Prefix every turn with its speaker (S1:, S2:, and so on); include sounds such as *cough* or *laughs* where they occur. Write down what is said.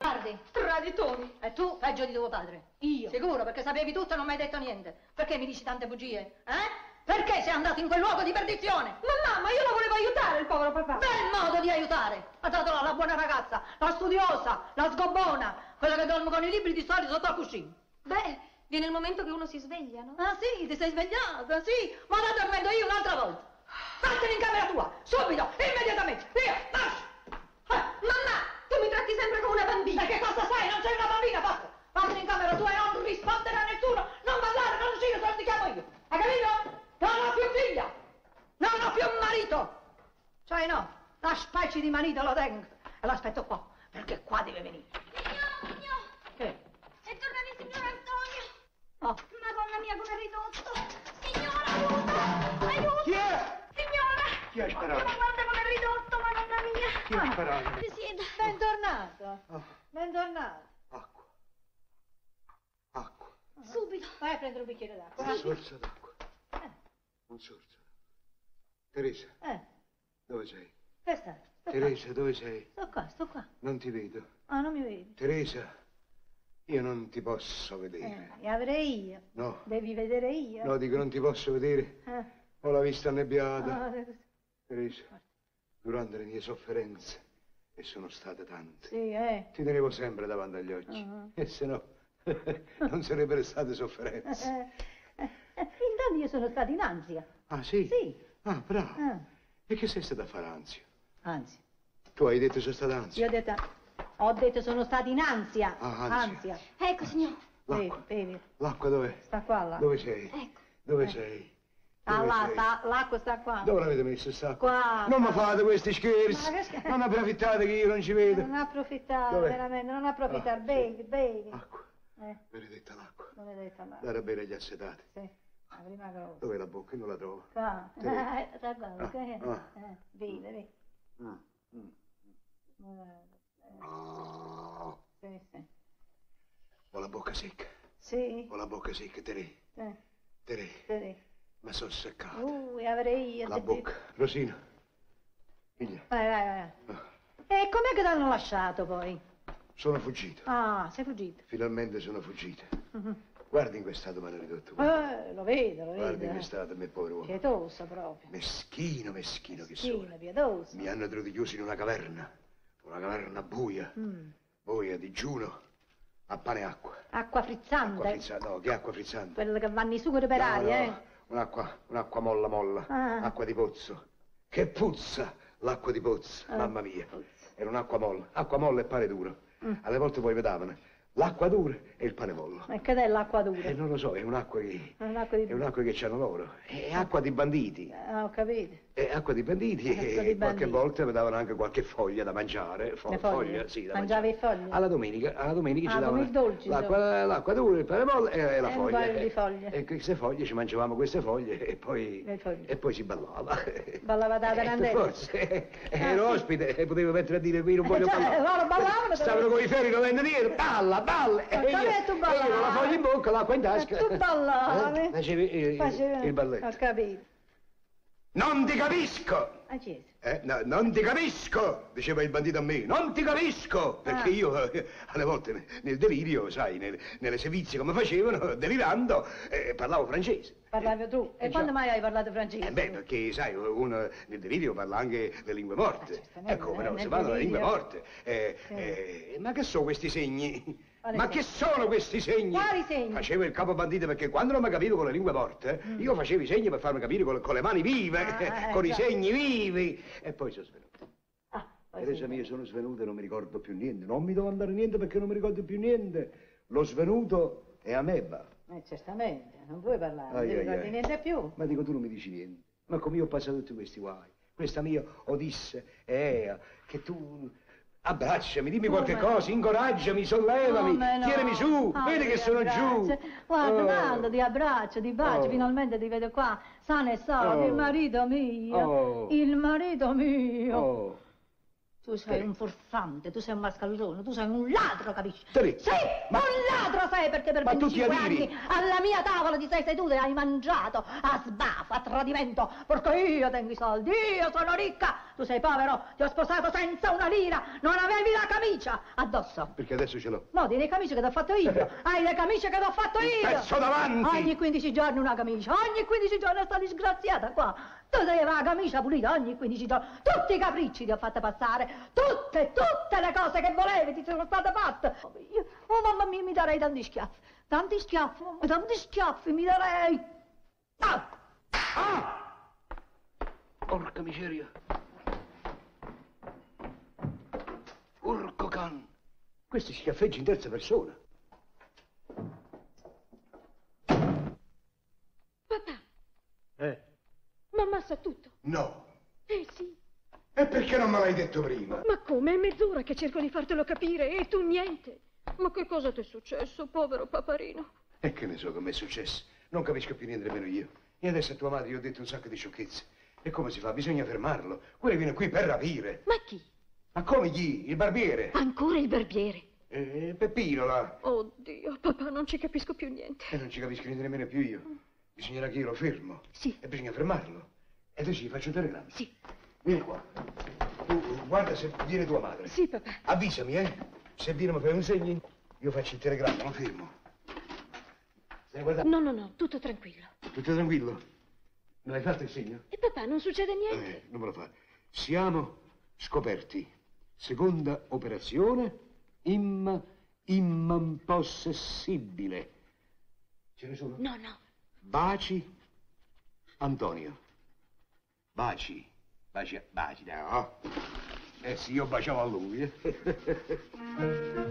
S1: sbandati,
S2: Traditori!
S1: e tu peggio di tuo padre.
S2: Io?
S1: Sicuro, perché sapevi tutto e non mi hai detto niente. Perché mi dici tante bugie? Eh? Perché sei andato in quel luogo di perdizione?
S2: Ma mamma, io lo volevo aiutare il povero papà!
S1: Bel modo di aiutare! Ha dato la, la buona ragazza, la studiosa, la sgobbona, quella che dorme con i libri di storia sotto al cuscino.
S3: Beh, viene il momento che uno si sveglia, no?
S1: Ah sì, ti sei svegliata, sì, ma la dormendo io un'altra volta. Vattene in camera tua, subito, immediatamente, via, marcia! Eh,
S2: Mamma, tu mi tratti sempre come una bambina!
S1: Ma che cosa sei? Non sei una bambina, basta! Vattene in camera tua e non rispondere a nessuno! Non parlare, non uscire, se non ti chiamo io! Hai capito? Non ho più figlia! Non ho più marito! Cioè no, la specie di marito lo tengo e l'aspetto qua, perché qua deve venire.
S3: Signor, signor,
S1: Eh, Oh,
S3: è tornato il signor Antonio!
S1: no.
S3: Madonna mia, come è ridotto! Signora, aiuto! Aiuto!
S4: Chi è?
S3: Signora!
S4: Chi è il
S3: Oddio, ma
S4: parano?
S3: guarda come è ridotto, madonna mia!
S4: Chi è il parano?
S3: Si sieda.
S1: Bentornato,
S4: Ah,
S1: bentornato.
S4: acqua. Acqua.
S3: Subito!
S1: Vai a prendere un bicchiere d'acqua.
S4: Un sorso d'acqua.
S1: Eh.
S4: Un sorso. Teresa,
S1: Eh,
S4: dove sei?
S1: che stai? Sto qua,
S4: Teresa, dove sei?
S1: sto qua, sto qua.
S4: Non ti vedo.
S1: Ah, non mi vedi?
S4: Teresa, io non ti posso vedere.
S1: Eh, li avrei io.
S4: No,
S1: Devi vedere io.
S4: no, dico non ti posso vedere.
S1: Eh,
S4: Ho la vista annebbiata.
S1: ah, eh,
S4: Teresa, durante le mie sofferenze, e sono state tante,
S1: sì, eh.
S4: ti tenevo sempre davanti agli occhi.
S1: Ah.
S4: E se no, *laughs* non sarebbero state sofferenze.
S1: Eh, eh, Intanto io sono stata in ansia.
S4: Ah, sì?
S1: Sì.
S4: Ah, bravo.
S1: Ah,
S4: E che sei stata a fare anzio?
S1: Anzi,
S4: Tu hai detto sono stata anzio.
S1: io ho detto, ho detto sono stata in ansia.
S4: Ah, ansia.
S3: Ecco, signor.
S1: Bevi,
S4: L'acqua.
S1: bevi.
S4: L'acqua dov'è?
S1: Sta qua, là.
S4: Dove sei?
S3: Ecco.
S4: Dove sei?
S1: Ah,
S4: Dove
S1: là,
S4: sei?
S1: sta- l'acqua sta qua.
S4: Dove l'avete messo sta?
S1: Qua.
S4: Non mi fate questi scherzi.
S1: Ma che scherzi?
S4: Non approfittate che io non ci vedo.
S1: Non approfittare,
S4: Dov'è?
S1: veramente, non approfittare.
S4: Ah, sì.
S1: bevi, bevi.
S4: Acqua.
S1: Eh,
S4: Benedetta l'acqua.
S1: non è detta male.
S4: Dare a bere agli assetati.
S1: Sì, la prima cosa.
S4: Dov'è la bocca? Io Non la trovo.
S1: Qua. *laughs*
S4: Sì.
S1: Eh, sta qua, ok?
S4: ah.
S1: Eh, bevi, bevi.
S4: Ah. Mm.
S1: Eh,
S4: Oh,
S1: Sì, Eh, sì.
S4: Ho la bocca secca.
S1: Sì,
S4: Ho la bocca secca, Tere.
S1: eh,
S4: Tere.
S1: vedi.
S4: Ma sono seccata.
S1: Ui, avrei io.
S4: la
S1: se-
S4: bocca. Rosina. Figlia.
S1: Vai, vai, vai.
S4: Ah,
S1: E com'è che t'hanno lasciato poi?
S4: Sono fuggito.
S1: Ah, sei fuggito.
S4: Finalmente sono fuggita.
S1: Mhm.
S4: Guarda in che stato mi hanno ridotto. Guarda,
S1: Eh, lo vedo, lo
S4: Guarda in che
S1: vedo.
S4: stato, me povero uomo.
S1: Pietoso proprio.
S4: Meschino, meschino che sono.
S1: Sì, pietoso.
S4: Mi hanno tenuto chiuso in una caverna. Una caverna buia.
S1: Mm.
S4: Buia, digiuno. A pane e acqua.
S1: Acqua frizzante.
S4: Acqua frizzante. No, che acqua frizzante?
S1: Quelle che vanno i sugheri per
S4: No,
S1: aria,
S4: no,
S1: eh.
S4: Un'acqua, un'acqua molla molla.
S1: Ah.
S4: Acqua di pozzo. Che puzza l'acqua di pozzo.
S1: Ah.
S4: Mamma mia. Era un'acqua molla. Acqua molla e pane duro.
S1: Mm.
S4: Alle volte poi vedavano l'acqua dura e il pane mollo.
S1: Ma eh. che è l'acqua dura?
S4: E non lo so, è un'acqua che...
S1: È un'acqua di...
S4: È un'acqua che c'hanno loro. È acqua di banditi.
S1: Ah, ho capito.
S4: È acqua di banditi
S1: Acqua di
S4: e qualche
S1: banditi.
S4: volta mi davano anche qualche foglia da mangiare. Fo-
S1: Le foglie?
S4: foglia, sì, da
S1: Mangiavi
S4: mangiare.
S1: foglie?
S4: Alla domenica, alla domenica
S1: Ah,
S4: ci
S1: come
S4: davano
S1: il dolce,
S4: l'acqua, l'acqua dura, il pane molle e, e la
S1: E un
S4: foglia.
S1: paio
S4: E-
S1: di foglie.
S4: E queste foglie, ci mangiavamo queste foglie e poi,
S1: Le foglie.
S4: e poi si ballava.
S1: Ballava da
S4: Eh, *laughs*
S1: tarantella.
S4: Forse,
S1: Ah,
S4: ero
S1: sì.
S4: ospite e potevo mettere a dire, io non
S1: *laughs* Eh,
S4: voglio
S1: già,
S4: ballare.
S1: loro ballavano,
S4: Stavano
S1: dove-
S4: con i ferri, non vengono dietro, balla, balla.
S1: Ma
S4: io,
S1: dov'è Eh, tu
S4: e io con la
S1: ballavi?
S4: foglia in bocca, l'acqua in
S1: E
S4: tasca.
S1: tu ballavi?
S4: Eh, Facevi eh,
S1: Facevi-
S4: il balletto.
S1: Ho capito.
S4: Non ti capisco!
S1: Ah, Gesù.
S4: Eh, no, non ti capisco, diceva il bandito a me, non ti capisco, perché
S1: Ah.
S4: io eh, alle volte ne- nel delirio, sai, nel- nelle sevizie come facevano, *laughs* delirando, eh, parlavo francese.
S1: Parlavi tu. E
S4: eh,
S1: quando
S4: già.
S1: mai hai parlato francese?
S4: Eh, beh, perché sai, uno nel delirio parla anche le lingue
S1: Ah,
S4: morte.
S1: certamente,
S4: Ecco, però
S1: nel
S4: si parlano le lingue
S1: delirio.
S4: morte. Eh,
S1: Sì.
S4: eh, ma che sono questi segni?
S1: Quali
S4: ma
S1: segni?
S4: che sono questi segni?
S1: Quali segni? Mm.
S4: Facevo il capo bandito perché quando non mi capivo con le lingue morte, io facevo i segni per farmi capire con, con le mani vive,
S1: Ah, eh,
S4: *laughs* con i
S1: già.
S4: segni vivi. E poi sono svenuto.
S1: Ah, poi
S4: Teresa
S1: sì.
S4: mia, sono svenuto e non mi ricordo più niente. Non mi domandare niente perché non mi ricordo più niente. Lo svenuto è ameba.
S1: Eh, certamente, non puoi parlare, non
S4: Ai,
S1: ti
S4: ai,
S1: ricordi
S4: ai.
S1: niente più.
S4: Ma dico, tu non mi dici niente. Ma come io ho passato tutti questi guai? Questa mia Odisse, Ea, che tu abbracciami, dimmi qualche
S1: Come no?
S4: cosa, incoraggiami, sollevami,
S1: Come no?
S4: tirami su,
S1: Ah,
S4: vedi
S1: ti
S4: che sono
S1: abbraccio.
S4: giù.
S1: Guarda,
S4: Oh.
S1: guarda, ti abbraccio, ti bacio,
S4: Oh.
S1: finalmente ti vedo qua, sana e salva,
S4: Oh.
S1: il marito mio,
S4: Oh.
S1: il marito mio.
S4: Oh,
S1: Tu Tu sei
S3: Sì.
S1: un forzante, tu sei un mascalzone, tu sei un ladro, capisci?
S3: Sì.
S1: Sì,
S3: Ma-
S1: un ladro sei perché per
S3: Ma tu ti
S1: 25
S3: adiri?
S1: anni alla mia tavola ti sei seduto e hai mangiato a sbafo, a tradimento, perché io tengo i soldi, io sono ricca, tu sei povero, ti ho sposato senza una lira, non avevi la camicia addosso.
S3: Perché adesso ce l'ho.
S1: No, di le camicie che ti ho fatto io, hai le camicie che ti ho fatto io.
S3: Eh. Pezzo davanti!
S1: Ogni 15 giorni una camicia, ogni 15 giorni sta disgraziata qua. Tu devi la camicia pulita ogni 15 giorni. Tutti i capricci ti ho fatta passare, tutte, tutte le cose che volevi ti sono state fatte. Io- Oh mamma mia, mi darei tanti schiaffi, tanti schiaffi, mamma, tanti schiaffi, mi darei. Ah!
S3: Oh, Porca miseria. Porco can. Questi schiaffeggi in terza persona.
S2: Papà,
S3: Eh?
S2: mamma sa tutto.
S4: No.
S2: Eh sì.
S4: E perché non me l'hai detto prima?
S2: Ma come? È mezz'ora che cerco di fartelo capire e tu niente. Ma che cosa ti è successo, povero paparino?
S4: E che ne so che mi è successo? Non capisco più niente nemmeno io. E adesso a tua madre gli ho detto un sacco di sciocchezze. E come si fa? Bisogna fermarlo. Quello viene qui per rapire.
S2: Ma chi?
S4: Ma come gli? Il barbiere?
S2: Ancora il barbiere.
S4: Eh, Peppino là.
S2: Oddio, papà, non ci capisco più niente.
S4: E non ci capisco niente nemmeno più io. Bisognerà che io lo fermo.
S2: Sì.
S4: E bisogna fermarlo. E adesso gli faccio un telegramma.
S2: Sì.
S4: Vieni qua. Tu eh, guarda se viene tua madre.
S2: Sì, papà.
S4: Avvisami, eh. Se viene mi fai un segno, io faccio il telegramma, lo fermo. Stai guardando?
S2: No, no, no, tutto tranquillo.
S4: Tutto tranquillo? Non hai fatto il segno?
S2: E papà, non succede niente.
S4: Eh, non me lo fa. Siamo scoperti. Seconda operazione, imma, impossessibile. Ce ne sono?
S2: No, no.
S4: Baci, Antonio. Baci, oh. *laughs* baci, baci, no? Eh sì, io baciavo a lui, eh.